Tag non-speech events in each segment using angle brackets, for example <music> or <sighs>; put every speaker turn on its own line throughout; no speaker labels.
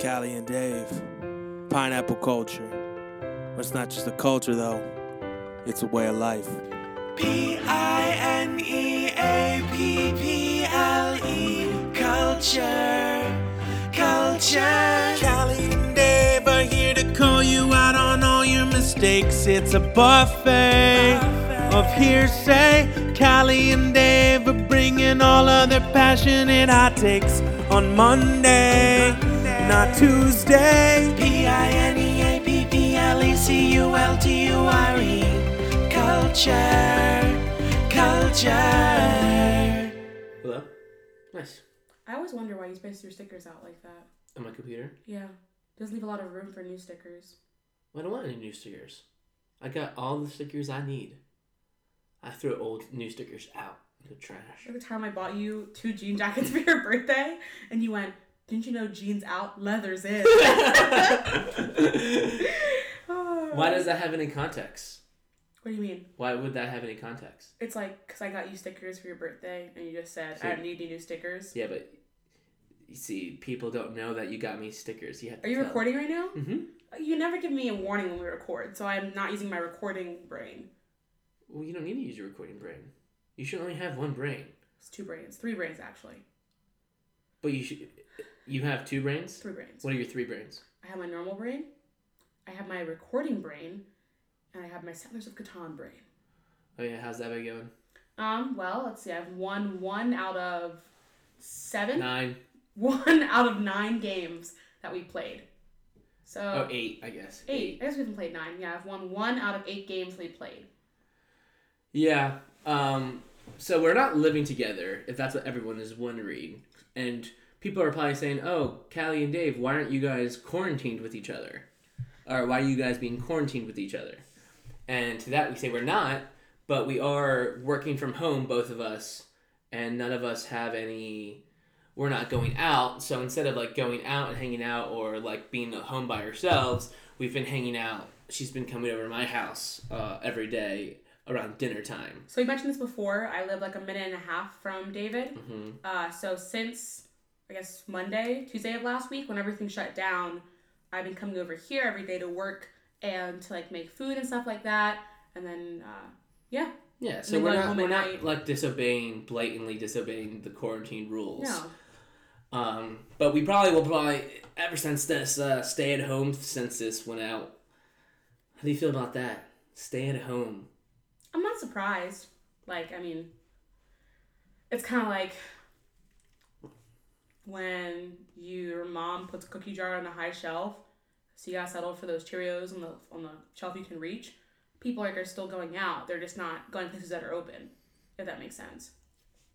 Callie and Dave. Pineapple culture. It's not just a culture, though, it's a way of life.
P I N E A P P L E Culture. Culture. Callie and Dave are here to call you out on all your mistakes. It's a buffet, of hearsay. Callie and Dave are bringing all of their passionate hot takes on Monday, not Tuesday. P I N E A P P L E C U L T U R E culture, culture.
Hello. Nice.
I always wonder why you space your stickers out like that.
On my computer.
Yeah. Doesn't leave a lot of room for new stickers.
Well, I don't want any new stickers. I got all the stickers I need. I threw old new stickers out in the trash. <laughs>
Like the time I bought you two jean jackets <laughs> for your birthday, and you went, Didn't you know jeans out, leathers in? Oh.
<laughs> Why does that have any context?
What do you mean?
Why would that have any context?
It's like, because I got you stickers for your birthday, and you just said,
So-
I don't need any new stickers.
Yeah, but you see, people don't know that you got me stickers. You have to
Are you recording right now?
Mm-hmm.
You never give me a warning when we record, so I'm not using my recording brain.
Well, you don't need to use your recording brain. You should only have one brain.
It's two brains. Three brains, actually.
But you should. You have two brains.
Three brains.
What are your three brains?
I have my normal brain, I have my recording brain, and I have my Settlers of Catan brain.
Oh yeah, how's that been going?
Um, well, let's see. I've won one out of seven,
Nine.
<laughs> one out of nine games that we played. So
Oh, eight, I guess.
eight. I guess we haven't played nine. Yeah, I've won one out of eight games we played.
Yeah. Um, so we're not living together, if that's what everyone is wondering. And people are probably saying, oh, Callie and Dave, why aren't you guys quarantined with each other? Or why are you guys being quarantined with each other? And to that we say we're not, but we are working from home, both of us, and none of us have any. We're not going out, so instead of like going out and hanging out or like being at home by ourselves, we've been hanging out. She's been coming over to my house uh, every day around dinner time.
So you mentioned this before. I live like a minute and a half from David.
hmm
Uh, so since I guess Monday, Tuesday of last week, when everything shut down, I've been coming over here every day to work and to like make food and stuff like that. And then uh, yeah,
Yeah, so
then
we're
going
not
home
we're
at
not
night.
like disobeying blatantly disobeying the quarantine rules.
no,
Um, but we probably will probably ever since this uh, stay at home census went out. How do you feel about that? Stay at home.
I'm not surprised. Like, I mean, it's kind of like when your mom puts a cookie jar on a high shelf, so you gotta settle for those Cheerios on the on the shelf you can reach. People like are still going out; they're just not going places that are open. If that makes sense.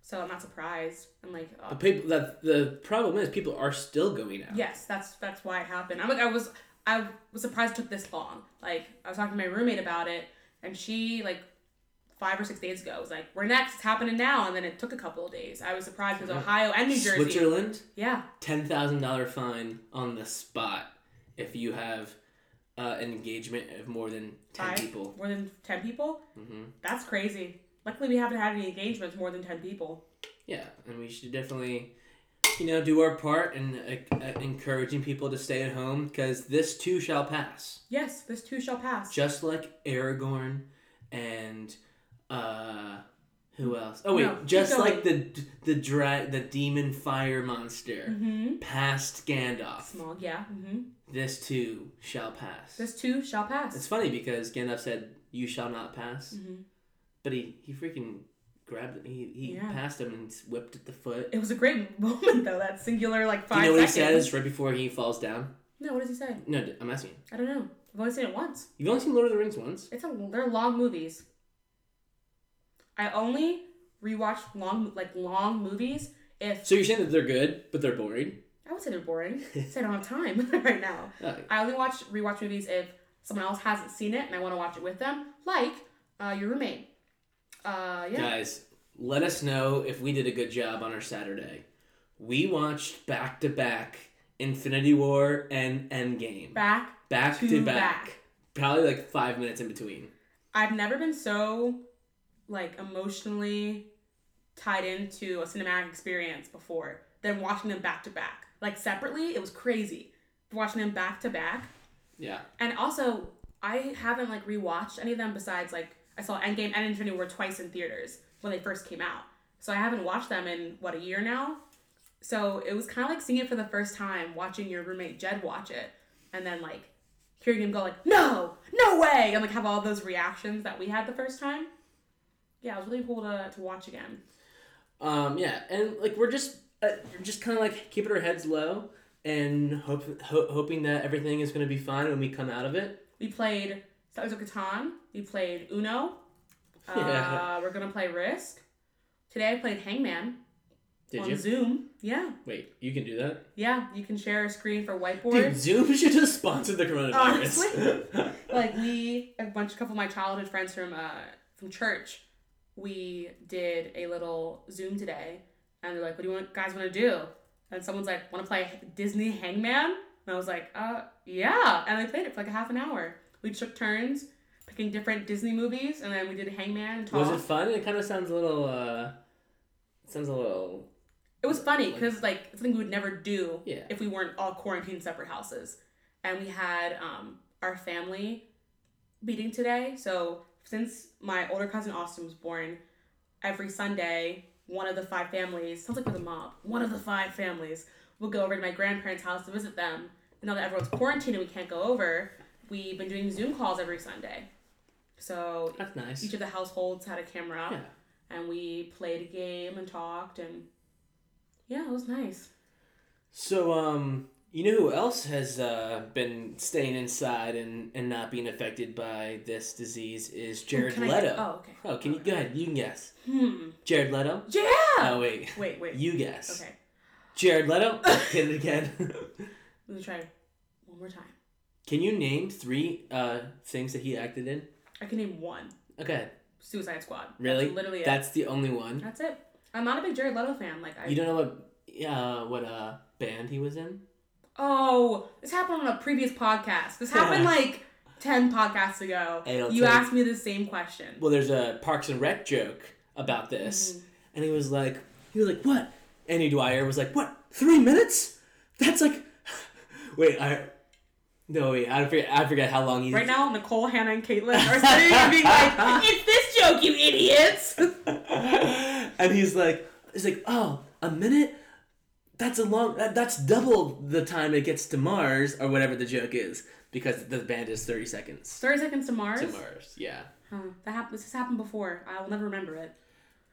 So I'm not surprised. I'm like, oh,
But people that the problem is people are still going out.
yes, that's that's why it happened. I'm like, I was I was surprised it took this long. Like, I was talking to my roommate about it, and she like five or six days ago was like, "We're next, it's happening now," and then it took a couple of days. I was surprised because Ohio and New Jersey.
Switzerland,
Yeah,
ten thousand dollar fine on the spot if you have uh, an engagement of more than ten
five
people.
more than ten people.
hmm
That's crazy. Luckily, we haven't had any engagements more than ten people.
Yeah, and we should definitely, you know, do our part in uh, uh, encouraging people to stay at home because this too shall pass.
Yes, this too shall pass.
Just like Aragorn and uh, who else? Oh wait,
No, keep
just
going.
like the the dra- the demon fire monster
mm-hmm.
past Gandalf.
Small, yeah. Mm-hmm.
This too shall pass.
This too shall pass.
it's funny because Gandalf said, "You shall not pass,"
Mhm.
but he he freaking grabbed he he
Yeah.
passed him and whipped at the foot.
It was a great <laughs> moment though. That singular like
Do you
five
know what he
seconds.
says right before he falls down?
No, what does he say?
No, d- I'm asking. you.
I don't know. I've only seen it once.
You've only seen Lord of the Rings once.
It's a they're long movies. I only rewatch long like long movies if
So you're saying that they're good, but they're boring.
I would say they're boring. Say I don't have time <laughs> right now.
Oh,
I only watch rewatch movies if someone else hasn't seen it and I want to watch it with them, like uh, your roommate. Uh, yeah,
Guys, let us know if we did a good job on our Saturday. We watched back to back Infinity War and Endgame.
back.
Back
to
to back.
back.
Probably like five minutes in between.
I've never been so like emotionally tied into a cinematic experience before than watching them back to back. Like separately, it was crazy. watching them back to back.
Yeah.
And also, I haven't like rewatched any of them besides like I saw Endgame and Infinity War twice in theaters when they first came out. So I haven't watched them in what a year now. So it was kind of like seeing it for the first time, watching your roommate Jed watch it, and then like hearing him go like "No, no way!" and like have all those reactions that we had the first time. Yeah, it was really cool to, to watch again.
Um, yeah, and like we're just uh, just kind of like keeping our heads low and hope, ho- hoping that everything is going to be fine when we come out of it.
We played Settlers of Catan. We played Uno. Uh,
Yeah.
We're gonna play Risk. Today I played Hangman
Did
on
you?
Zoom. Yeah,
Wait, you can do that.
yeah. You can share a screen for
Dude,
whiteboard.
Zoom <laughs> should just sponsor the coronavirus.
like we, a bunch, a couple of my childhood friends from uh from church, we did a little Zoom today, and they're like, "What do you want, guys want to do?" And someone's like, "Want to play Disney Hangman?" And I was like, "Uh, yeah." And I played it for like a half an hour. We took turns picking different Disney movies, and then we did Hangman and
<laughs>
talk.
Was it fun? It kind of sounds a little. uh Sounds a little.
It was funny because like it's something we would never do
Yeah.
if we weren't all quarantined in separate houses, and we had um, our family meeting today. So since my older cousin Austin was born, every Sunday one of the five families sounds like with a mob. One of the five families will go over to my grandparents' house to visit them. And now that everyone's quarantined and we can't go over, we've been doing Zoom calls every Sunday. So
That's nice.
each of the households had a camera
Yeah.
and we played a game and talked and yeah, it was nice.
So um, you know who else has uh been staying inside and and not being affected by this disease is Jared
can I-
Leto.
oh, okay.
Oh, can you go ahead? You can guess.
Hmm.
Jared Leto.
Yeah.
Oh wait.
Wait, wait.
You guess.
Okay.
Jared Leto.
<laughs>
Did it again. <laughs>
Let me try one more time.
Can you name three uh, things that he acted in?
I can name one.
Okay,
Suicide Squad.
really?
That's literally it.
That's the only one.
That's it. I'm not a big Jared Leto fan. Like I
You don't know what uh, what uh, band he was in?
Oh, this happened on a previous podcast. This
<laughs>
happened
Yeah.
like ten podcasts ago.
It'll
you
take-
asked me the same question.
Well, there's a Parks and Rec joke about this,
Mm-hmm.
and he was like, he was like, what? Andy Dwyer was like, what? Three minutes? That's like, <laughs> wait, I. No, wait, I forget, I forget how long he.
Right now, Nicole, Hannah, and Caitlin are sitting here being like, "It's this joke,
<laughs>
you idiots!"
<laughs> and he's like, he's like, oh, a minute. That's a long. That, that's double the time it gets to Mars or whatever the joke is because the band is thirty seconds
Thirty seconds to Mars.
to Mars. Yeah.
Huh, that happened. This has happened before. I will never remember it.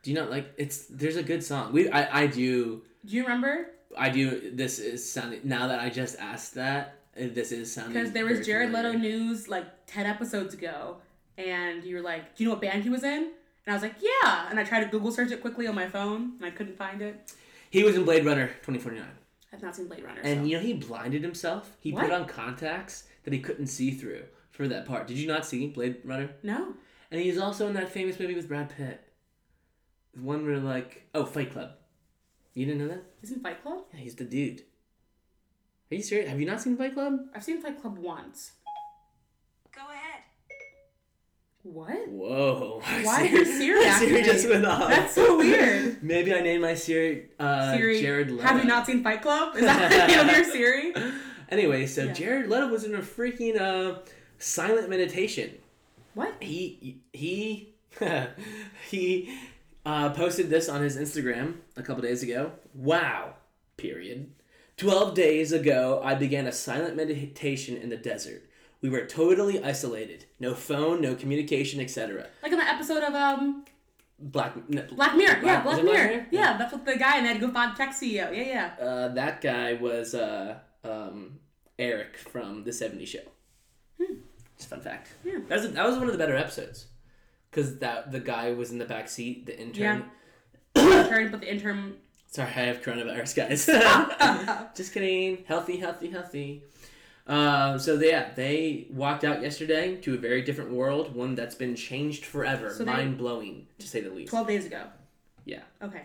Do you not like? It's there's a good song. We I I do
Do you remember?
I do. This is sounding now that I just asked that. uh, This is sounding
Because there was
very
Jared Leto
familiar.
news like ten episodes ago, and you were like, "Do you know what band he was in?" And I was like, "Yeah." And I tried to Google search it quickly on my phone, and I couldn't find it.
He was in Blade Runner twenty forty nine,
I've not seen Blade Runner.
and
so.
you know he blinded himself. He
What?
put on contacts that he couldn't see through for that part. Did you not see Blade Runner?
no,
And he's also in that famous movie with Brad Pitt. The one where like oh Fight Club. You didn't know that?
isn't Fight Club?
Yeah, he's the dude. Are you serious? Have you not seen Fight Club?
I've seen Fight Club once.
Go ahead.
What?
Whoa. <laughs>
Why did your Siri
My Siri
activate?
just went off.
That's so
<laughs>
weird.
Maybe I named my Siri uh
Siri,
Jared Leto.
have you not seen Fight Club? Is that the name of your Siri?
<laughs> Anyway, so
Yeah.
Jared Leto was in a freaking uh silent meditation.
What?
he he <laughs> he uh, posted this on his Instagram a couple days ago. Wow. Period. Twelve days ago, I began a silent meditation in the desert. We were totally isolated. No phone, no communication, etc.
Like on the episode of um
Black, no,
Black Mirror. Yeah,
Black-
Black
is it
Mirror. Yeah, that's what the guy and they had to go find tech CEO. Yeah, yeah.
<laughs> Uh, that guy was uh, um, Eric from the '70s Show. Just fun fact.
Hmm. Yeah.
That was that was one of the better episodes, because that the guy was in the back seat, the intern.
Yeah. intern, but the intern.
Sorry, I have coronavirus,
<laughs>
guys. <laughs> Just kidding. Healthy, healthy, healthy. Um, so they, yeah, they walked out yesterday to a very different world, one that's been changed forever.
So they-
Mind blowing, to say the least.
Twelve days ago.
Yeah.
Okay.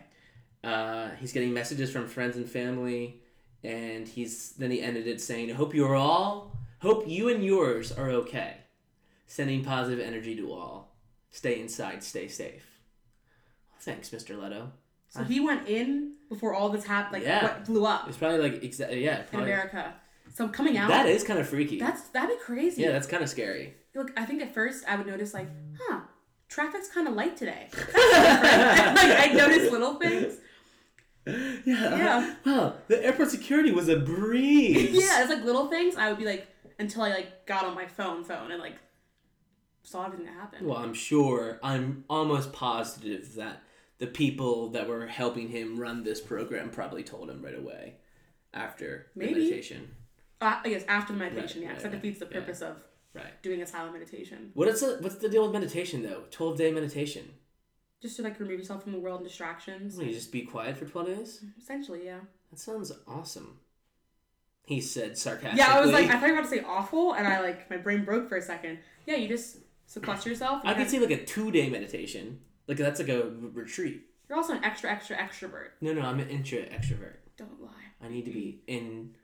Uh, he's getting messages from friends and family, and he's then he ended it saying, "Hope you are all, hope you and yours are okay." Sending positive energy to all. Stay inside. Stay safe. Thanks, Mr. Leto.
So he went in before all this happened. Like
Yeah.
what blew up
It's probably like exactly yeah.
in
Probably,
America. So coming out.
That is kind of freaky.
That's that'd be crazy.
yeah, that's kind of scary.
Look, I think at first I would notice like, huh, traffic's kind of
<laughs>
light today. That's different. <laughs> like I notice little things.
Yeah.
Yeah.
Wow, the airport security was a breeze.
<laughs> Yeah, it's like little things. I would be like until I like got on my phone phone and like saw everything that happened.
Well, I'm sure, I'm almost positive that the people that were helping him run this program probably told him right away after
Maybe.
the meditation.
Uh, I guess after the meditation,
Right,
yeah, 'cause
right,
that defeats the
right, yeah.
purpose of
Right.
doing a silent meditation.
What is the, what's the deal with meditation though? 12 day meditation.
Just to like remove yourself from the world and distractions.
What, you just be quiet for 12 days?
Essentially, yeah.
That sounds awesome. He said sarcastically.
Yeah, I was like, I thought you were about to say awful, and I like my brain broke for a second. Yeah, you just sequester yourself. and
I could
kinda-
see like a two day meditation. Like that's like a r- retreat.
You're also an extra, extra extrovert.
No, no, I'm an intra extrovert.
Don't lie.
I need to be in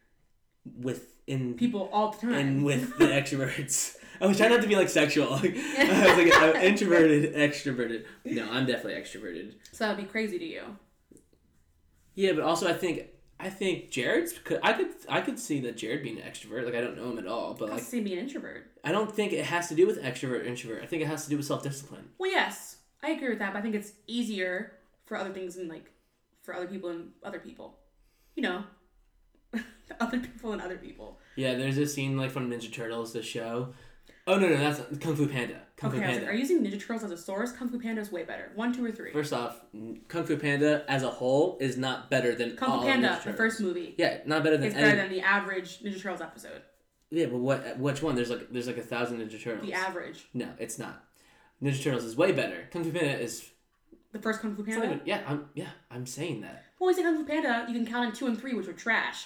with in
People all the time.
in with
<laughs>
the extroverts. I was trying not to be like sexual. <laughs> I was like I'm introverted, extroverted. No, I'm definitely extroverted.
so that would be crazy to you.
Yeah, but also I think I think Jared's could I could I could see that Jared being an extrovert. Like I don't know him at all, but
I
like
could see me an introvert.
I don't think it has to do with extrovert introvert. I think it has to do with self discipline.
Well, yes, I agree with that, but I think it's easier for other things and like for other people and other people. You know, <laughs> other people and other people.
Yeah, there's a scene like from Ninja Turtles, the show. Oh no, no, that's Kung Fu Panda. Kung
okay,
Fu
I was
Panda.
like, are you using Ninja Turtles as a source? Kung Fu Panda is way better. One, two, or three.
First off, Kung Fu Panda as a whole is not better than
Kung
all
Fu
of Ninja
Panda, the
Turtles.
first movie,
Yeah, not better than
is
any.
better than the average Ninja Turtles episode.
yeah, but what? uh, Which one? There's like there's like a thousand Ninja Turtles.
The average.
No, it's not. Ninja Turtles is way better. Kung Fu Panda is.
The first Kung Fu
It's not
Panda.
even, yeah, I'm yeah, I'm saying that.
Well, we say Kung Fu Panda, you can count in two and three, which were trash.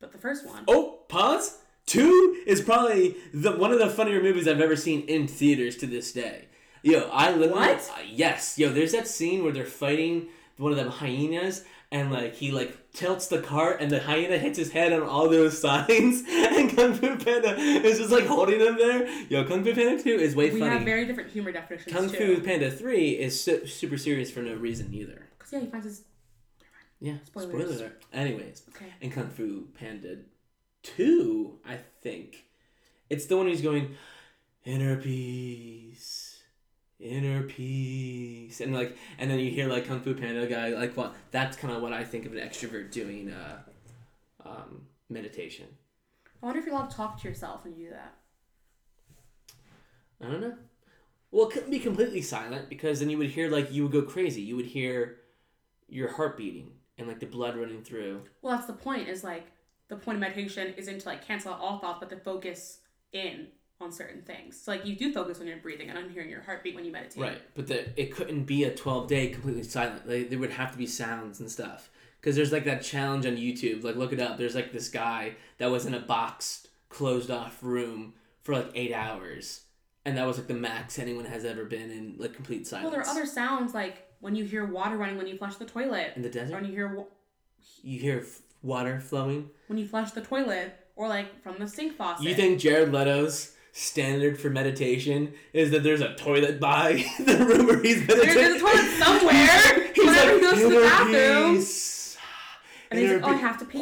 But the first one.
Oh, pause. Two is probably the one of the funnier movies I've ever seen in theaters to this day. Yo, I literally
What?
uh, yes, yo. There's that scene where they're fighting one of them hyenas, and like he like tilts the cart, and the hyena hits his head on all those <laughs> signs, and Kung Fu Panda is just like holding him there. Yo, Kung Fu Panda Two is way
we
funny.
have very different humor definitions
Kung Fu
too.
Panda Three is su- super serious for no reason either.
Because yeah, he finds his
Yeah,
Spoilers.
spoilers. alert. Anyways,
okay.
and Kung Fu Panda 2, I think. It's the one who's going, inner peace, inner peace. And like, and then you hear like Kung Fu Panda guy, like, well, that's kind of what I think of an extrovert doing uh, um, meditation.
I wonder if you're allowed to talk to yourself when you do that.
I don't know. Well, it couldn't be completely silent because then you would hear like, you would go crazy. You would hear your heart beating and like the blood running through.
Well, that's the point. Is like the point of meditation isn't to like cancel out all thoughts, but to focus in on certain things. So like you do focus on your breathing and on hearing your heartbeat when you meditate.
Right, but the, it couldn't be a 12 day completely silent. Like, there would have to be sounds and stuff. Because there's like that challenge on YouTube. Like, look it up. There's like this guy that was in a boxed, closed off room for like eight hours. And that was like the max anyone has ever been in like complete silence.
Well, there are other sounds like when you hear water running when you flush the toilet,
In the desert?
or when you hear wa-
You hear f- water flowing.
when you flush the toilet, or like from the sink faucet.
You think Jared Leto's standard for meditation is that there's a toilet by <laughs> the room where he's meditating?
There- there's a toilet somewhere.
<laughs> He's
Whenever
like,
he goes to the
"Inner
bathroom,
peace."
and he's like,
Inner
"Oh, I
peace."
have to pee."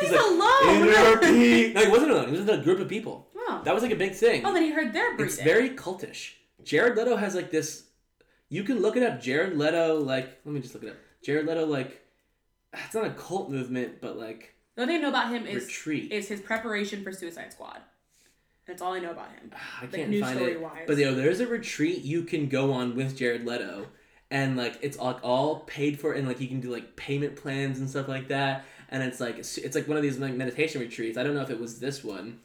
He's
Leave
like, Inner
alone. <laughs>
peace. No, he wasn't alone. It was a group of people.
Oh.
That was like a big thing.
Oh, then he heard their breathing.
it's very cultish. Jared Leto has like this. You can look it up. Jared Leto, like, let me just look it up. Jared Leto, like, it's not a cult movement, but like
the only thing I know about him is
retreat.
is his preparation for Suicide Squad. That's all I know about him.
I
like,
can't
news
find it.
story-wise.
But you know, there's a retreat you can go on with Jared Leto, and like it's all, all paid for, and like you can do like payment plans and stuff like that. And it's like it's it's, like one of these like meditation retreats. I don't know if it was this one,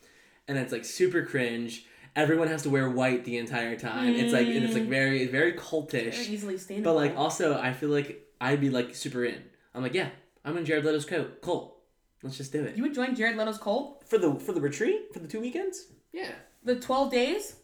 and it's like super cringe. Everyone has to wear white the entire time. It's like and it's like very very
Mm. Very
cultish.
easily stainable.
But like also, I feel like I'd be like super in. I'm like, yeah, I'm in Jared Leto's coat. Colt, let's just do it
you would join Jared Leto's cult
for the for the retreat for the two weekends. Yeah.
the twelve days.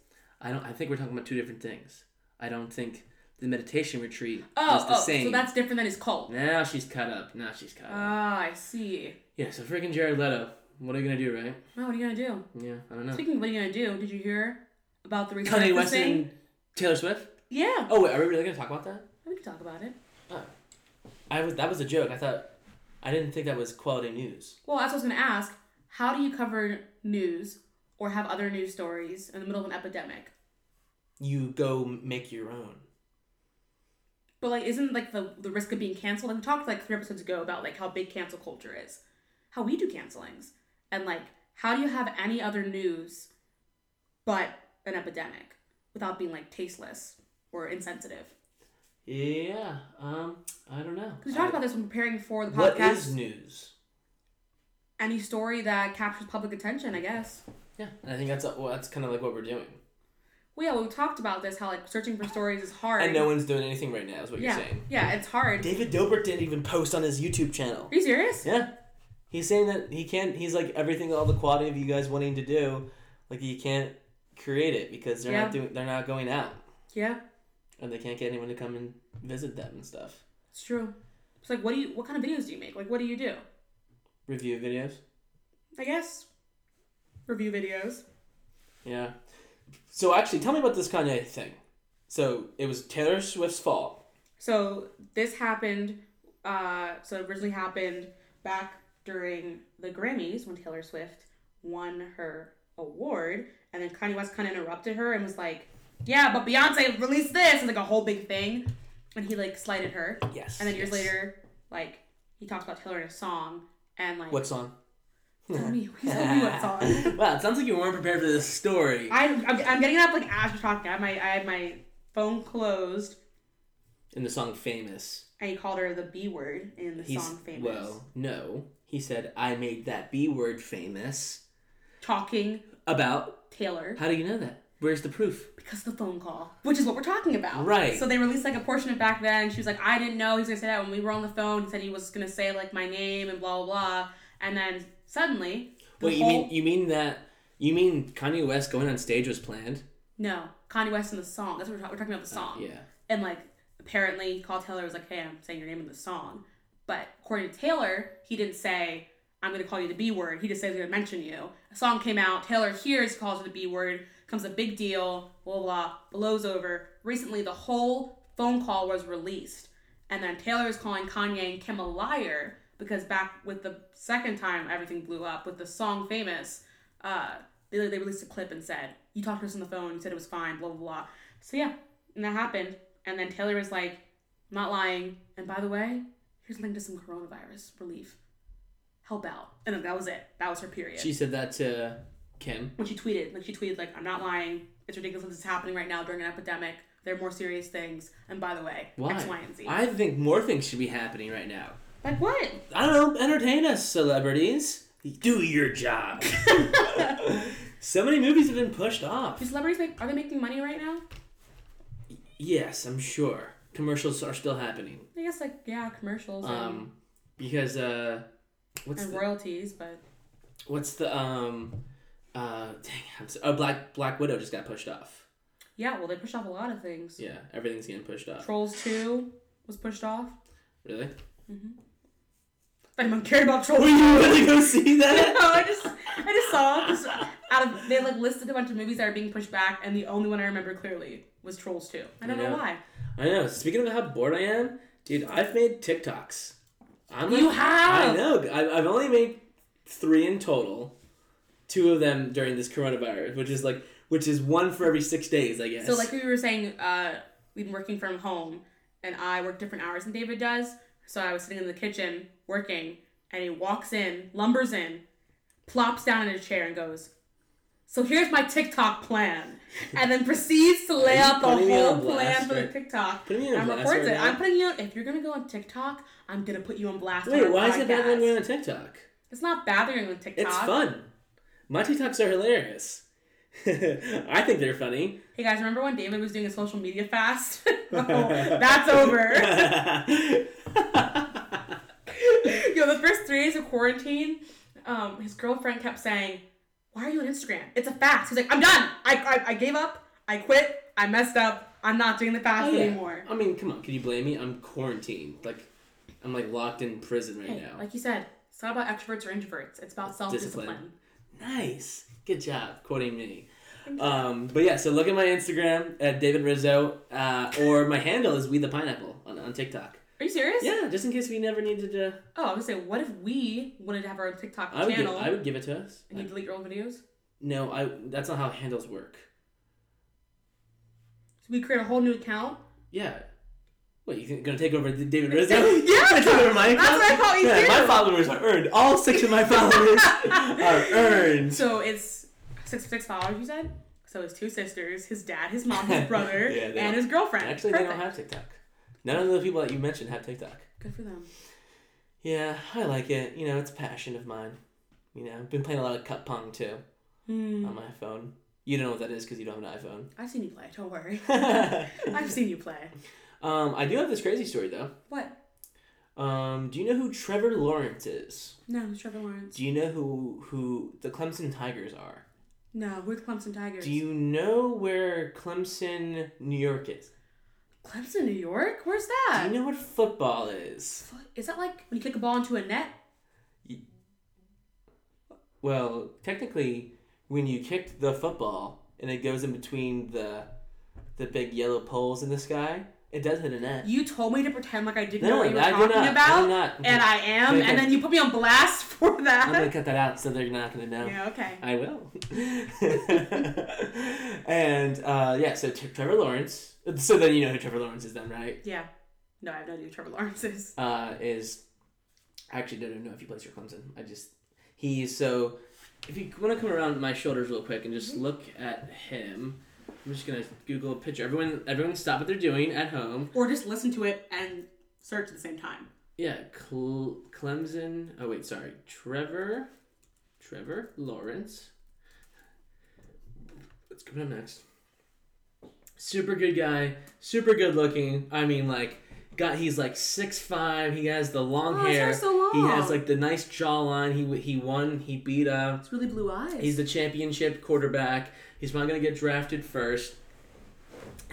I don't. I think we're talking about two different things. I don't think the meditation retreat
Oh,
is the
oh,
same.
so that's different than his cult.
now she's caught up. Now she's caught up.
Ah, I see.
Yeah. So freaking Jared Leto. What are you gonna do, right?
Oh, what are you gonna do?
Yeah. I don't know.
Speaking of what are you gonna do, did you hear about the
Kanye
resurfacing?
West and Taylor Swift.
Yeah,
Oh wait, are we really gonna talk about that?
we can talk about it.
Oh. I was. That was a joke. I thought. I didn't think that was quality news.
Well, that's what I was gonna ask. How do you cover news or have other news stories in the middle of an epidemic?
You go make your own.
But like, isn't like the the risk of being canceled? Like we talked like three episodes ago about like how big cancel culture is, how we do cancelings, and like how do you have any other news but an epidemic without being like tasteless or insensitive?
Yeah. Um. I don't know.
Because we talked about this when preparing for the
What
podcast.
is news?
any story that captures public attention, I guess.
Yeah, and I think that's well, that's kind of like what we're doing.
Well, yeah, well, we talked about this how like searching for stories is hard.
And no one's doing anything right now, is what
yeah,
you're saying.
yeah, it's hard.
David Dobrik didn't even post on his YouTube channel.
Are you serious?
Yeah, he's saying that he can't. He's like everything all the quality of you guys wanting to do, like he can't create it because they're not
Yeah.
doing. They're not going out,
Yeah,
and they can't get anyone to come and visit them and stuff.
it's true. It's like, what do you? What kind of videos do you make? Like, what do you do?
Review videos.
I guess review videos.
Yeah. So actually, tell me about this Kanye thing. So it was Taylor Swift's fault.
So this happened. Uh, so it originally happened back during the Grammys when Taylor Swift won her award, and then Kanye West kind of interrupted her and was like, "Yeah, but Beyonce released this," and like a whole big thing, and he like slighted her.
Yes.
And then years
yes.
later, like he talks about Taylor in a song, and like
What song?
<laughs> Tell me, please tell me
<laughs>
what song.
wow, it sounds like you weren't prepared for this story.
I, I'm, I'm getting up like as we're talking. I have my I have my phone closed,
In the song Famous.
and he called her the B word in the song famous.
Well, no. He said, I made that B word famous.
Talking
About?
Taylor
How do you know that? Where's the proof?
because of the phone call, which is what we're talking about.
Right.
So they released like a portion of back then. She was like, I didn't know he was gonna say that when we were on the phone. He said he was gonna say like my name and blah blah blah, and then suddenly the
Wait, you
whole
mean you mean that you mean Kanye West going on stage was planned?
no Kanye West in the song. That's what we're, ta- we're talking about the song.
Oh, Yeah.
and like apparently he called Taylor was like, "Hey, I'm saying your name in the song," but according to Taylor, he didn't say, "I'm gonna call you the B word." He just said he's gonna mention you. A song came out. Taylor hears, calls her the B word, comes a big deal. Blah blah, blows over. Recently, the whole phone call was released, and then Taylor is calling Kanye and Kim a liar because back with the second time everything blew up with the song famous. Uh, they, they released a clip and said, You talked to us on the phone, you said it was fine, blah, blah, blah. So, yeah, and that happened. And then Taylor was like, I'm not lying. And by the way, here's a link to some coronavirus relief. Help out. And then that was it. That was her period.
She said that to Kim.
when she tweeted, like she tweeted, like, I'm not lying. It's ridiculous that this is happening right now during an epidemic. There are more serious things. And by the way,
Why?
X, Y, and Z.
I think more things should be happening right now.
like what?
I don't know, entertain us, celebrities. Do your
<laughs>
job. <laughs> so many movies have been pushed off.
Do celebrities make are they making money right now?
Yes, I'm sure. Commercials are still happening.
I guess like yeah, commercials and,
Um, because uh, what's
and
the,
royalties, but
what's the um, uh, dang, I'm so, oh Black Black Widow just got pushed off.
yeah, well they push off a lot of things.
Yeah, everything's getting pushed off.
Trolls 2 was pushed off.
really? <laughs>
If anyone cared about Trolls 2.
Were you really go see
no,
that?
<laughs> I just I just saw this out of they like listed a bunch of movies that are being pushed back and the only one I remember clearly was Trolls 2. I don't
Yeah.
know why.
I know. Speaking of how bored I am, dude, I've made TikToks. I'm
You
like-
have!
I know. I, I've only made three in total. Two of them during this coronavirus, which is like, which is one for every six days, I guess.
So like we were saying, uh, we've been working from home and I work different hours than David does. So I was sitting in the kitchen working and he walks in, lumbers in, plops down in a chair and goes, So here's my TikTok plan. And then proceeds to lay
Are you
out the
putting me on
whole plan
blast
for the
right-
TikTok.
Putting me on
and
blast
records
right
it.
now?
I'm putting you on if you're gonna go on TikTok, I'm gonna put you on blast. on
wait,
our
why is it bad when
podcast.
you're on TikTok?
It's not bad that you're on TikTok.
It's fun. My TikToks are hilarious. <laughs> I think they're funny.
Hey guys, remember when David was doing a social
<laughs>
media fast? <laughs> oh, that's over. <laughs> Yo, the first three days of quarantine, um, his girlfriend kept saying, "Why are you on Instagram? It's a fast." He's like, "I'm done. I, I, I gave up. I quit. I messed up. I'm not doing the fast
Oh, yeah.
anymore."
I mean, come on, can you blame me? I'm quarantined. Like, I'm like locked in prison right
Hey,
now.
like you said, it's not about extroverts or introverts. It's about self discipline.
Nice. Good job quoting me. Um, but yeah, so look at my Instagram at David Rizzo, uh, or my handle is We the Pineapple on, on TikTok.
Are you serious?
Yeah, just in case we never needed to.
Oh, I was gonna say, what if we wanted to have our own TikTok
I would, give,
channel
I would give it to us.
and you delete your old videos?
No, I. That's not how handles work.
So we create a whole new account.
Yeah. What you think- gonna take over the David Rizzo? You
<laughs> Yeah,
gonna take over my
that's
account?
what I thought you
yeah,
did.
My followers are earned. All six of my
<laughs>
followers are earned. <laughs>
So it's six six followers. You said. So his two sisters, his dad, his mom,
<laughs>
his brother,
Yeah, they
and
don't-
his girlfriend.
Actually,
Perfect.
they don't have TikTok. None of the people that you mentioned have TikTok.
Good for them.
Yeah, I like it. You know, it's a passion of mine. You know, I've been playing a lot of Cup Pong too
Hmm.
on my phone. You don't know what that is because you don't have an
I've seen you play. Don't worry. <laughs>
iPhone. <laughs>
I've seen you play.
um, I do have this crazy story though.
What?
Um, do you know who Trevor Lawrence is?
No, it's Trevor Lawrence.
Do you know who who the Clemson Tigers are?
No, we're the Clemson Tigers.
Do you know where Clemson, New York is?
Clemson, New York? Where's
Do
that?
you know what football is?
Fu- Is that like when you kick a ball into a net?
Well, technically, when you kick the football and it goes in between the the big yellow poles in the sky, it does hit a net.
You told me to pretend like I didn't
No,
know what you were
I did
talking
not. I did
about,
not.
and I am,
Okay.
and then you put me on blast <laughs> for
I'm gonna
that.
cut that out so they're not gonna know.
Yeah, okay.
I will. <laughs> and uh, yeah, so t- Trevor Lawrence. So then you know who Trevor Lawrence is, then, right?
Yeah. No, I have no idea who Trevor Lawrence is.
uh, is I actually don't even know if he plays for Clemson. I just he is so. If you want to come around my shoulders real quick and just look at him, I'm just gonna Google a picture. Everyone, everyone, stop what they're doing at home.
Or just listen to it and search at the same time.
Yeah, Cle- Clemson. Oh wait, sorry, Trevor, Trevor Lawrence. What's coming up next? Super good guy, super good looking. I mean, like, got he's like six five. He has the long
Oh, his
hair.
hair's so long.
He has like the nice jawline. He he won. He beat up.
It's really blue eyes.
He's the championship quarterback. He's not gonna get drafted first.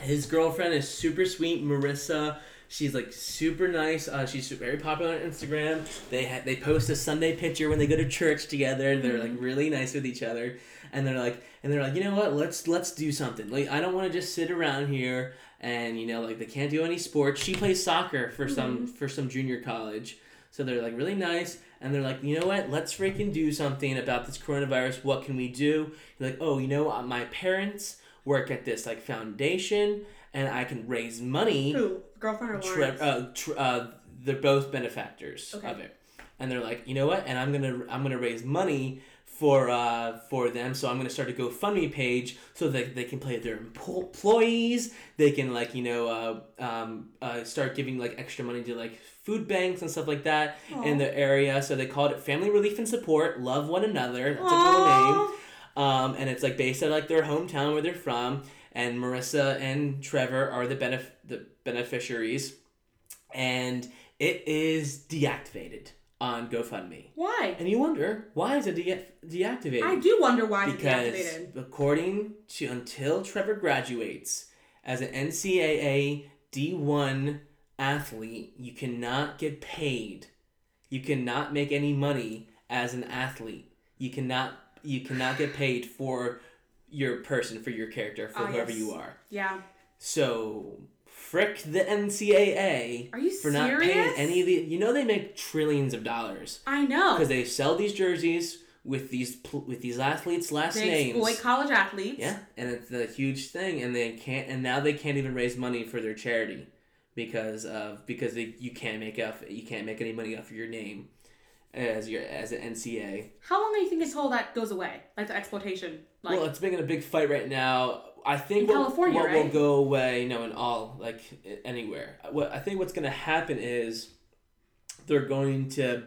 His girlfriend is super sweet, Marissa. She's like super nice. Uh, she's very popular on Instagram. They ha- they post a Sunday picture when they go to church together, and they're like really nice with each other. And they're like and they're like, you know what? Let's let's do something. Like I don't want to just sit around here and you know like they can't do any sports. She plays soccer for some for some junior college. So they're like really nice, and they're like, you know what? Let's freaking do something about this coronavirus. What can we do? You're like, oh, you know, uh, my parents work at this like foundation, and I can raise money.
Who? Girlfriend or
Tre-
Lawrence?
uh, tr- uh, they're both benefactors
Okay.
of it, and they're like, you know what? And I'm gonna I'm gonna raise money for uh, for them. So I'm gonna start a GoFundMe page so that they can play their empo- employees. They can like you know uh, um, uh, start giving like extra money to like food banks and stuff like that in the area. So they called it Family Relief and Support. Love one another. That's a cool name
Aw.
um, and it's like based on like their hometown where they're from. And Marissa and Trevor are the benef- the beneficiaries, and it is deactivated on GoFundMe.
Why?
And you wonder why is it de- deactivated?
I do wonder why it's
because
deactivated.
according to until Trevor graduates as an NCAA D1 athlete, you cannot get paid. You cannot make any money as an athlete. You cannot you cannot get paid for your person, for your character, for
Ah,
whoever
yes.
you are.
Yeah.
So frick the NCAA
Are you
for
serious?
not paying any of the you know they make trillions of dollars
I know.
because they sell these jerseys with these pl- with these athletes' last
They
names.
exploit college athletes.
Yeah, and it's a huge thing, and they can't, and now they can't even raise money for their charity because of because they, you can't make off you can't make any money off your name as your as an NCA.
How long do you think this whole that goes away? Like the exploitation? Like
well, it's making a big fight right now. I think
In
what,
California,
what will
right?
go away, no, in all like i- anywhere. What I think what's gonna happen is they're going to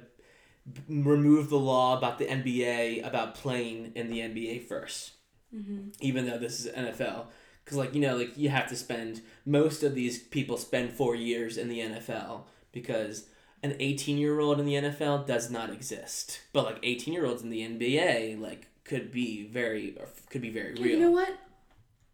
b- remove the law about the NBA about playing in the NBA 1st
Mm-hmm.
even though this is NFL. Because like you know, like you have to spend most of these people spend four years in the NFL because an 18 year old in the NFL does not exist. But like 18 year olds in the NBA like could be very could be very
Hey,
real.
You know what?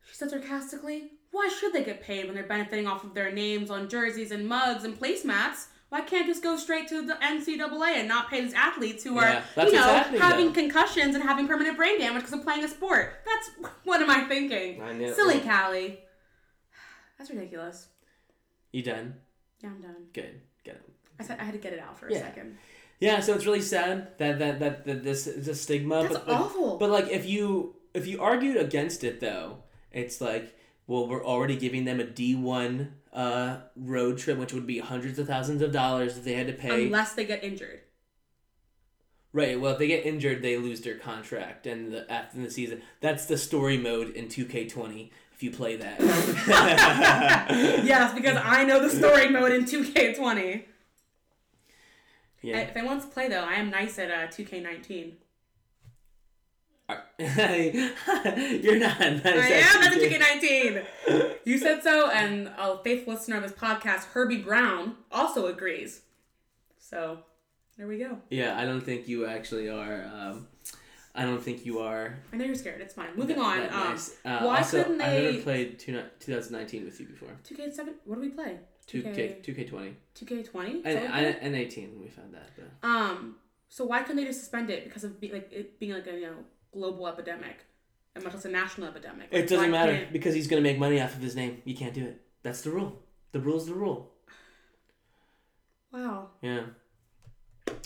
She said sarcastically, why should they get paid when they're benefiting off of their names on jerseys and mugs and placemats? Why can't it just go straight to the NCAA and not pay these athletes who are,
Yeah, that's
you know,
what's happening,
having
though.
concussions and having permanent brain damage because of playing a sport? That's <laughs> what am I thinking?
I know.
Silly Callie. <sighs> That's ridiculous.
You done?
Yeah, I'm done.
Good. Get it.
I said I had to get it out for a
Yeah.
second.
Yeah, so it's really sad that that that, that this is a stigma.
That's
but, but-
awful.
But like, if you if you argued against it though, it's like, well, we're already giving them a D one uh, road trip, which would be hundreds of thousands of dollars that they had to pay.
Unless they get injured.
right. Well, if they get injured, they lose their contract and the after the season. That's the story mode in two K twenty. If you play that.
<laughs> Yes, because I know the story mode in 2K20.
Yeah.
If they want to play though, I am nice at uh, 2K19.
<laughs> You're not.
I am at 2K19. You said so, and a faithful listener of this podcast, Herbie Brown, also agrees. So there we go.
Yeah, I don't think you actually are. Um, I don't think you are.
I know you're scared. It's fine. Moving on.
that
um,
nice. Uh,
why
also,
couldn't
I've never
they-
played two, 2019 with you before.
2K7. What do we play?
2K, 2K20.
2K20.
And,
So-
I, and 18, we found that. But.
um. So why couldn't they just suspend it because of be, like it being like a you know global epidemic, and much less a national epidemic?
It doesn't
Why
matter
can't-
because he's going to make money off of his name. You can't do it. That's the rule. The rule's the rule.
Wow.
Yeah.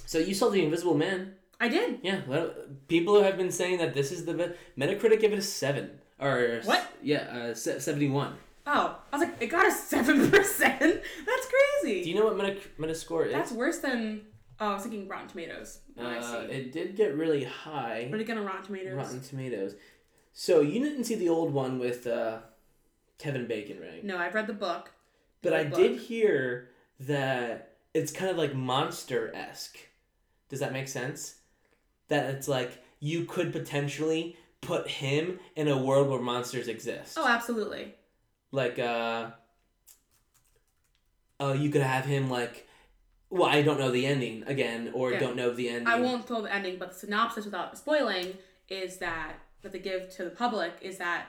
So you saw The Invisible Man.
I did.
Yeah. Well, people have been saying that this is the. be- Metacritic gave it a 7. Or.
What?
Yeah, uh, se- 71.
Oh, I was like, it got a seven <laughs> percent. That's crazy.
Do you know what Meta- Metascore is?
That's worse than oh, I was thinking Rotten Tomatoes. when I
uh,
see.
it did get really high.
But again, on Rotten Tomatoes.
Rotten Tomatoes. So you didn't see the old one with uh, Kevin Bacon, right?
No, I've read the book.
but I
Good
did
book.
hear that it's kind of like monster esque. Does that make sense? That it's like you could potentially put him in a world where monsters exist.
Oh, absolutely.
like uh, uh, you could have him like. Well, I don't know the ending again, or
Yeah.
don't know the ending.
I won't tell the ending, but the synopsis without spoiling is that that they give to the public is that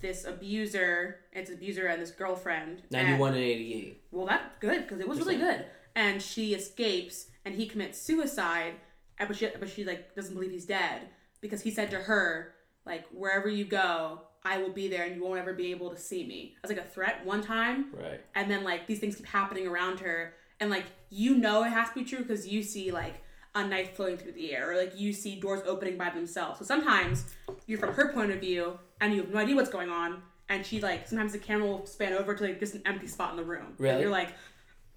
this abuser, it's an abuser and this girlfriend. and-
Ninety-one and eighty-eight.
well, that's good because it was really good. And she escapes, and he commits suicide. and- But she, but she like doesn't believe he's dead because he said to her, like, wherever you go, I will be there, and you won't ever be able to see me. As like a threat one time,
Right.
and then like these things keep happening around her, and like you know it has to be true because you see like a knife flowing through the air, or like you see doors opening by themselves. So sometimes you're from her point of view, and you have no idea what's going on. And she like sometimes the camera will span over to like just an empty spot in the room. And
Really?
you're like,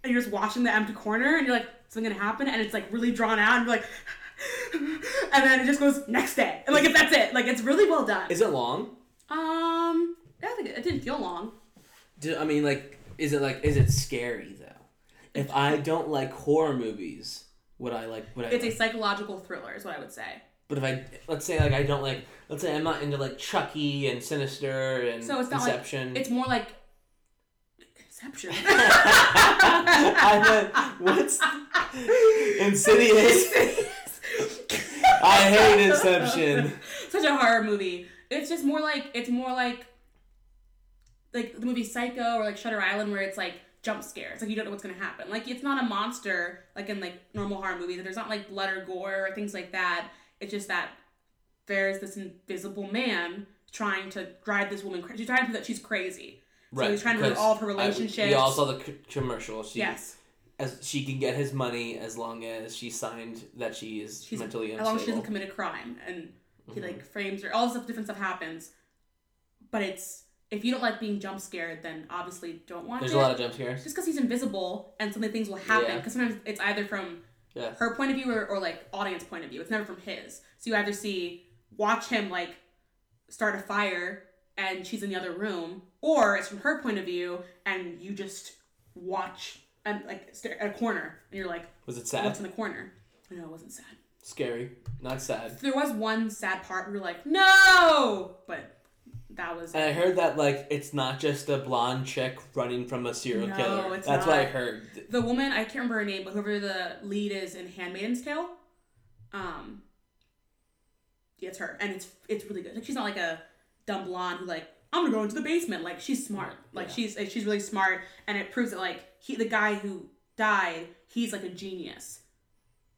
and you're just watching the empty corner and you're like, something gonna happen, and it's like really drawn out, and you're like, <laughs> and then it just goes next day, and like if that's it, like it's really well done.
Is it long?
Um, I don't think it didn't feel long.
Do, I mean, like, is it like, is it scary though? If I don't like horror movies, would I like? Would I?
It's a
like-
psychological thriller, is what I would say.
but if I let's say like I don't like, let's say I'm not into like Chucky and Sinister and
So it's not
Inception.
like it's more like Inception.
<laughs> I meant what's Insidious? I hate Inception.
Such a horror movie. It's just more like it's more like like the movie Psycho or like Shutter Island where it's like jump scares. Like you don't know what's gonna happen. Like it's not a monster like in like normal horror movies. There's not like blood or gore or things like that. It's just that there's this invisible man trying to drive this woman crazy. She's trying to prove that she's crazy. So he's trying to ruin
because
all of her
I-
relationships.
we all saw the c- commercial. She,
yes.
as she can get his money as long as she signed that she is
She's
mentally
as long as
unstable.
she doesn't commit a crime and he
Mm-hmm.
like frames her all this stuff different stuff happens but it's if you don't like being jump scared then obviously don't watch
There's
it
a lot of jump scares.
just because he's invisible and some of the things will happen
Yeah.
because sometimes it's either from
Yeah.
her point of view or, or like audience point of view it's never from his so you either see watch him like start a fire and she's in the other room or it's from her point of view and you just watch and like stare at a corner and you're like
Was it
what's
sad?
in the corner no it wasn't sad
Scary. Not sad.
there was one sad part we were like, no, but that was
And I heard that like it's not just a blonde chick running from a serial
No,
killer.
it's
That's what I
not.
heard.
the woman. I can't remember her name, but whoever the lead is in *Handmaid's Tale*, um, yeah, it's her, and it's it's really good. Like she's not like a dumb blonde who like I'm gonna go into the basement. Like she's smart. Like
Yeah.
she's she's really smart, and it proves that like he the guy who died, he's like a genius.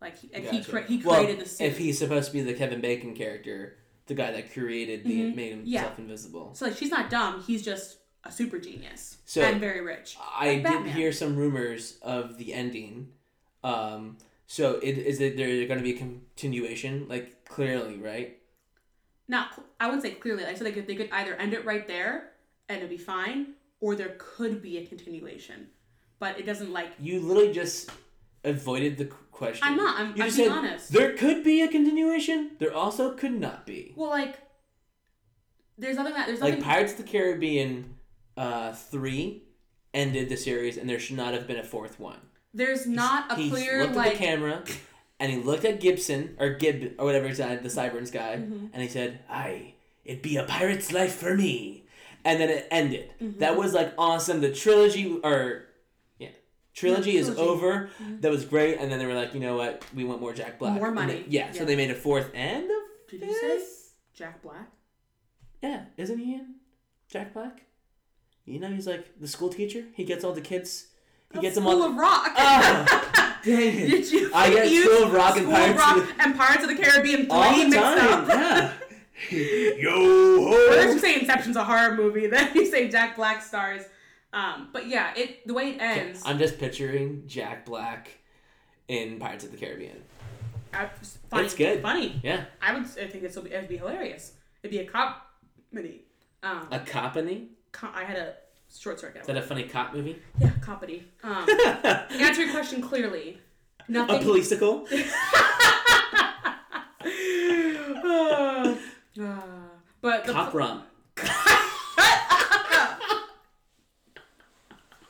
Like he, and he,
Gotcha.
cre- he
Well,
created the suit.
If he's supposed to be the Kevin Bacon character, the guy that created the
Mhm.
made himself
Yeah.
invisible.
so like she's not dumb. He's just a super genius
So-
and very rich.
I
Like
did
Batman.
hear some rumors of the ending. Um, so it, is it there going to be a continuation? Like clearly, right?
Not, cl- I wouldn't say clearly. Like, so they could they could either end it right there and it'd be fine, or there could be a continuation, but it doesn't like.
You literally just avoided the qu- question.
I'm not. I'm,
You
I'm
just
being
said,
honest.
There could be a continuation. There also could not be.
well, like, there's nothing that there's
Like
nothing.
Pirates of the Caribbean, uh, three ended the series, and there should not have been a fourth one.
there's not a
he
clear
looked at
like.
the camera and he looked at Gibson or Gib or whatever his name, the Cybern's guy,
Mm-hmm.
and he said, "Aye, it'd be a pirate's life for me." And then it ended.
Mm-hmm.
That was like awesome. The trilogy or yeah, trilogy is
trilogy. Mm-hmm.
over. That was great. And then they were like, you know what? We want more Jack Black.
More
And
money.
they- yeah, So
Yeah.
they made a fourth and a
Did you say
fifth?
Jack Black?
Yeah, isn't he in Jack Black? You know, he's like the school teacher. He gets all the kids. He gets them <laughs>
School
all.
of Rock.
Oh, dang it.
<laughs> Did you
I got
confuse
School of Rock and
School of
Pirates
Rock
of
and Pirates of the Caribbean
all
three
the
mixed
time.
up? <laughs>
Yeah. <laughs>
Yo
Well, let's
ho!
just say Inception's a horror movie. <laughs> Then you say Jack Black stars. Um, but yeah, it the way it ends.
I'm just picturing Jack Black in Pirates of the Caribbean.
I, funny,
It's good.
Funny.
Yeah,
I would. I think it's it'd be, it'd be hilarious. It'd be a comedy. Um,
a company.
co- I had a short circuit.
Is that a funny cop movie?
yeah, comedy.
<laughs>
Um,
a
answer your question clearly. Nothing. <sighs> <laughs>
policical.
Uh, but the
Cop rom.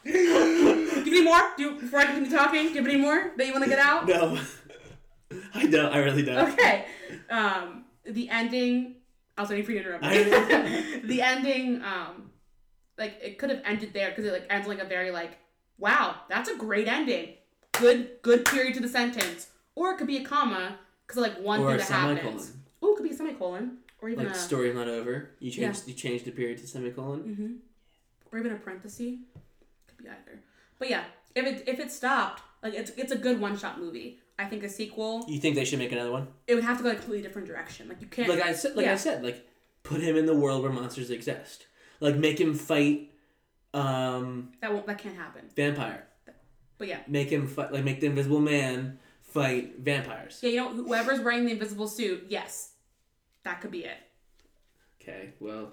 do you need more? Do you, before I continue talking, do you have any more that you want to get out?
No, I don't. I really don't.
<laughs> Okay. Um, the ending. I was waiting for you to interrupt.
I- <laughs>
Me. the ending. Um, like it could have ended there because it like ends like a very like, wow, that's a great ending. Good, good period to the sentence, or it could be a comma because like one
Or a
thing that happens.
semicolon.
Oh, it could be a semicolon, or even
Like
a
story not over. You changed. You changed the period to semicolon.
hmm or even a parenthesis. Could be either. But yeah, if it if it stopped, like it's it's a good one shot movie. I think a sequel,
You think they should make another one?
it would have to go a completely different direction. Like you can't.
Like I said. Like I
Yeah.
said. Like put him in the world where monsters exist. Like make him fight um
That won't. That can't happen.
vampire.
But yeah.
Make him fight. Like make the Invisible Man fight vampires.
Yeah, you know, whoever's wearing the invisible suit, yes, that could be it.
Okay. Well.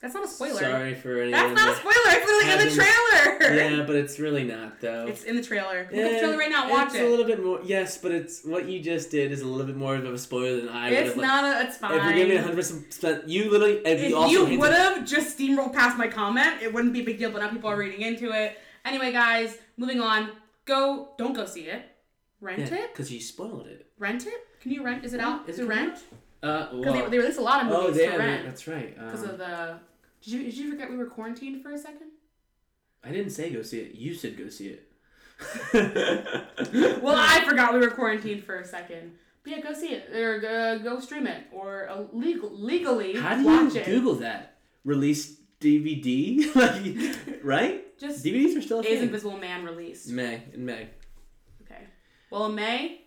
That's not a spoiler.
Sorry for anyone.
That's not a
that-
spoiler. It's literally in the trailer.
Yeah, but it's really not though.
It's in the trailer. Look at
Eh,
the trailer right now. Watch
it's
it.
a little bit more. Yes, but it's what you just did is a little bit more of a spoiler than I.
it's
would've liked.
not a. It's fine.
If you gave me hundred percent, you literally. If, you
if
also
you
hinted-
would have just steamrolled past my comment, it wouldn't be a big deal. But now people are reading into it. Anyway, guys, moving on. Go. Don't go see it. Rent
yeah,
it.
because you spoiled it.
Rent it. Can you rent? Is it out?
Is
Is
it
it rent?
Uh,
Because
well,
they, they release a lot of
oh,
movies
they
to
haven't-
rent
that's right.
because
um,
of the. Did you, did you forget we were quarantined for a second?
I didn't say go see it. You said go see
<laughs>
it.
Well, I forgot we were quarantined for a second. But yeah, go see it or uh, go stream it or uh, legal, legally
How do
watch
you
it.
Google that? Release DVD, <laughs> like, right?
Just
DVDs are still a
is
thing.
Invisible Man released?
May in May.
Okay. Well, in May,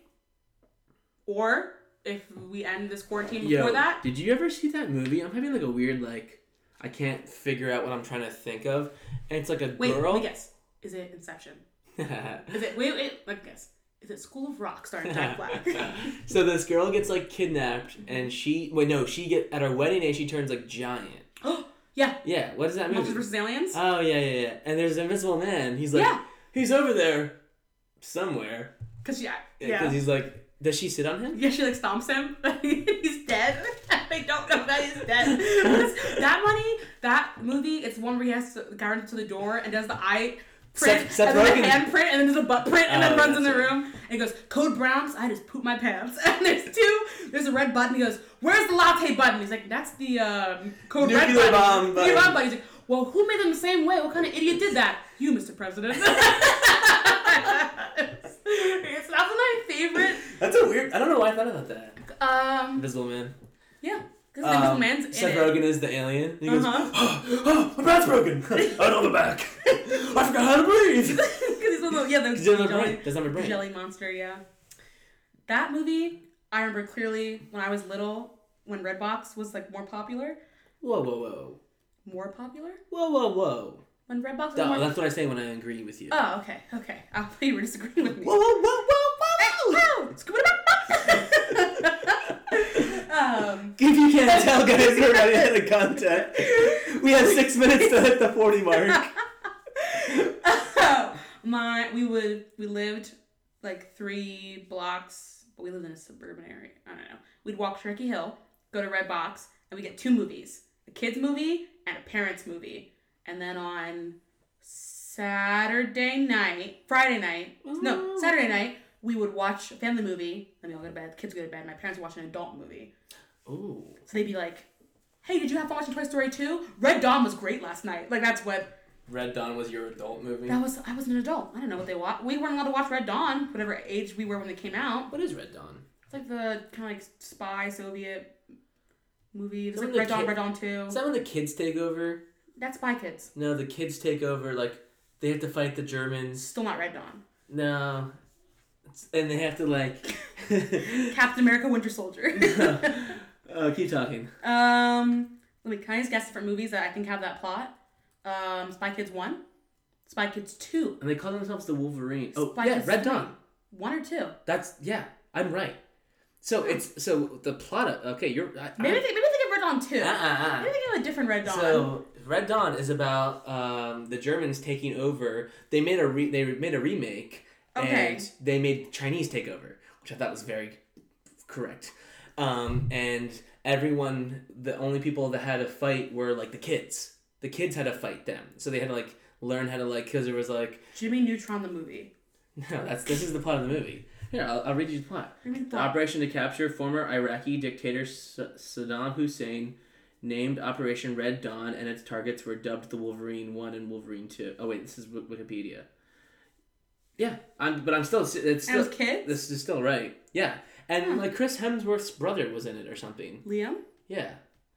or if we end this quarantine
Yo,
before that,
Did you ever see that movie? I'm having like a weird like I can't figure out what I'm trying to think of. And it's like a
wait,
girl.
let me guess. Is it Inception?
<laughs>
Is it wait wait? Let me guess. Is it School of Rock starring
<laughs>
Jack Black?
so this girl gets like kidnapped and she wait no, she get at her wedding day she turns like giant.
<gasps> yeah,
Yeah, what does that
Monsters
mean?
vs Aliens.
Oh yeah, yeah, yeah. And there's an invisible man. He's like
Yeah.
he's over there somewhere.
Cause yeah,
Because
yeah,
he's like does she sit on him?
yeah. She like stomps him. <laughs> he's dead. <laughs> I don't know that he's dead. that money, that movie, it's one where he has to the guy runs to the door and does the eye. Print,
Seth- Seth
and then
Rogen.
the handprint, and then there's a butt print, and
Oh,
then runs in the
that's right.
room and he goes, "Code Brown." So I just pooped my pants. <laughs> And there's two. There's a red button. He goes, "Where's the latte button?" He's like, "That's the um, code red
Nuclear
button."
bomb
Nuclear
button.
bomb He's like, "Well, who made them the same way? What kind of idiot did that?" You, Mr. President. <laughs> it's not my favorite.
That's a weird I don't know why I thought about that.
Um,
Invisible man.
yeah, because
Um,
man's in
Seth
it. <laughs>
Rogen is the alien. and He goes,
Uh-huh.
oh, <gasps> oh, my back's broken. <laughs> I don't the back. <laughs> I forgot how to breathe. <laughs>
Because he's a little, yeah, the
He doesn't have a
jelly,
brain. Doesn't have a brain.
jelly monster, yeah. That movie, I remember clearly when I was little, when Redbox was like more popular.
Whoa, whoa, whoa.
more popular?
Whoa, whoa, whoa.
When Redbox was
Duh,
more
that's what I say when I agree with you.
Oh, okay, okay. I thought you were disagreeing with me.
whoa, whoa, whoa, whoa, whoa!
Oh, scoot-a-bop-bop. <laughs> um,
<laughs> If you can't tell, guys, we're running out of content. We have six minutes to hit the 40
<laughs>
mark.
my we would we lived like three blocks, but we lived in a suburban area. I don't know. We'd walk Turkey Hill, go to Red Box, and we get two movies: a kids movie and a parents movie. And then on Saturday night, Friday night, no Saturday night, we would watch a family movie. Then we all go to bed. Kids go to bed. My parents watch an adult movie.
Ooh.
So they'd be like, "Hey, did you have fun watching Toy Story 2? Red Dawn was great last night." Like that's what
Red Dawn was your adult movie?
that was. I was an adult. I don't know what they watched. We weren't allowed to watch Red Dawn, whatever age we were when they came out.
What is Red Dawn?
It's like the kind of like spy Soviet movie. There's
Isn't
like
it
Red Dawn,
kid-
Red Dawn Two.
Is that when the kids take over?
That's Spy Kids.
No, the kids take over, like, they have to fight the Germans.
Still not Red Dawn.
No. It's, and they have to, like. <laughs>
Captain America: Winter Soldier. <laughs>
oh, keep talking.
um, let me kind of guess different movies that I think have that plot. Um, Spy Kids One, Spy Kids Two,
And they call themselves the Wolverine. Oh,
Spy
yeah,
Kids
Red
three.
Dawn.
one or two.
That's yeah, I'm right. So it's so the plot. Of, okay, you're I, Uh,
Maybe they, maybe they get Red Dawn Two.
Uh-uh-uh.
Maybe they get a different Red Dawn.
So Red Dawn is about um, the Germans taking over. They made a re- they made a remake,
Okay.
and they made Chinese take over, which I thought was very correct. Um, and everyone, the only people that had a fight were like the kids. The kids had to fight them, so they had to like learn how to like because there was like <laughs>
Jimmy Neutron the movie.
no, that's this is the plot of the movie. Here, I'll, I'll read you the plot.
Read me the
The
plot.
operation to capture former Iraqi dictator S- Saddam Hussein, named Operation Red Dawn, and its targets were dubbed the Wolverine One and Wolverine Two. Oh wait, this is Wik- Wikipedia. Yeah, I'm, but I'm still. It's
And
still
it was kids?
This is still right. Yeah, and like Chris Hemsworth's brother was in it or something.
Liam,
Yeah,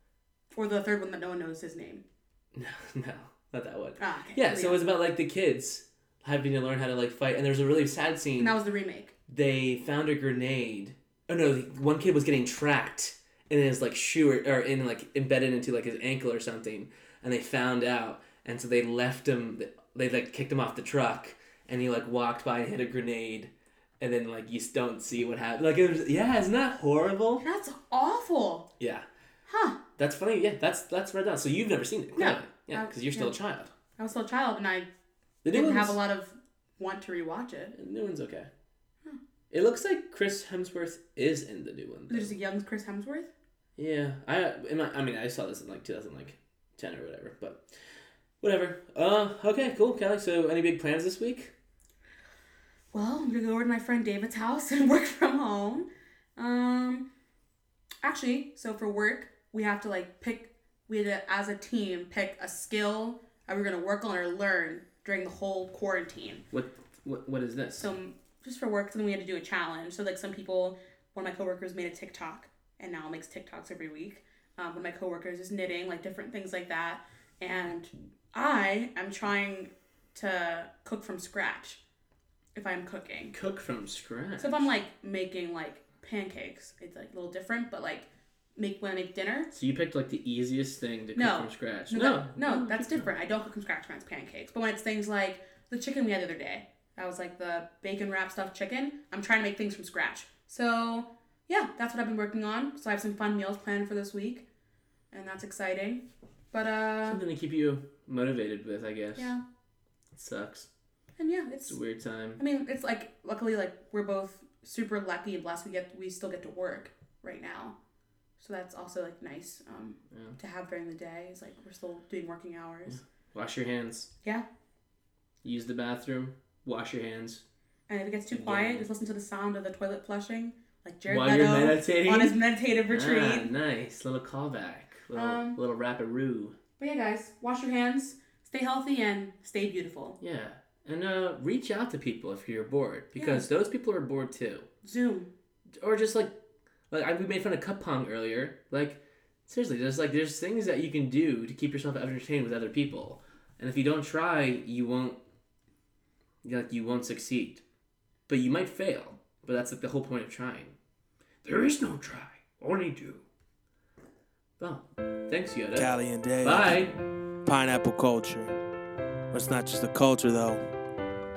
<laughs>
or the third one that no one knows his name.
no, no, not that one.
Ah, okay,
yeah, so
Liam.
it was about like the kids having to learn how to like fight, and there's a really sad scene.
And that was the remake.
they found a grenade. Oh no, one kid was getting tracked in his like shoe or, or in like embedded into like his ankle or something, and they found out, and so they left him. They like kicked him off the truck, and he like walked by and hit a grenade, and then like you s- don't see what happened. Like it was, yeah, isn't that horrible?
That's awful.
Yeah,
Huh.
that's funny. Yeah, that's that's right on. So you've never seen it,
No.
clearly. yeah,
Uh,
because you're still
no.
a child.
I was still a child and I
The new
didn't
one's,
have a lot of want to rewatch it.
The new one's okay. It looks like Chris Hemsworth is in the new one. though.
There's a young Chris Hemsworth.
Yeah, I am I I mean I saw this in like 2000 like 10 or whatever, but whatever. Uh, okay, cool, Kelly. So any big plans this week?
Well, I'm gonna go over to my friend David's house <laughs> and work from home. Um, actually, so for work, we have to like pick. We had to, as a team, pick a skill that we're gonna work on or learn during the whole quarantine.
What what, what is this?
So um, just for work, then we had to do a challenge. So like some people, one of my coworkers made a TikTok and now makes TikToks every week. Um, one of my coworkers is knitting, like different things like that. And I am trying to cook from scratch if I'm cooking.
Cook from scratch.
So if I'm like making like pancakes, it's like a little different, but like make when I make dinner,
So you picked like the easiest thing to cook
No.
from scratch.
no,
No.
that- no, that's different. I don't cook from scratch when it's pancakes. But when it's things like the chicken we had the other day, that was like the bacon wrap stuffed chicken. I'm trying to make things from scratch. So yeah, that's what I've been working on. So I have some fun meals planned for this week, and that's exciting. But uh,
Something to keep you motivated with, I guess.
yeah,
It sucks.
and yeah,
It's
it's.
a weird time.
I mean, it's like luckily, like we're both super lucky and blessed. We get we still get to work right now, so that's also like nice um,
Yeah.
to have during the day. It's like we're still doing working hours.
Wash your hands.
yeah.
Use the bathroom. Wash your hands.
And if it gets too
Yeah.
quiet, just listen to the sound of the toilet flushing, like Jared
While
Leto
you're meditating?
on his meditative
Ah,
retreat.
nice little callback. Little
Um,
little raparoo.
But yeah, guys, wash your hands, stay healthy, and stay beautiful.
Yeah. And uh, reach out to people if you're bored because those people are bored too.
Zoom.
or just like like I, we made fun of cup pong earlier. Like seriously, there's like there's things that you can do to keep yourself entertained with other people, and if you don't try, you won't like you won't succeed, but you might fail. But that's like the whole point of trying. There is no try, only do. Well, Thanks, Yoda.
Callie and Dave.
Bye.
Pineapple culture. It's not just a culture though.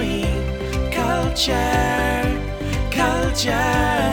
E culture, culture.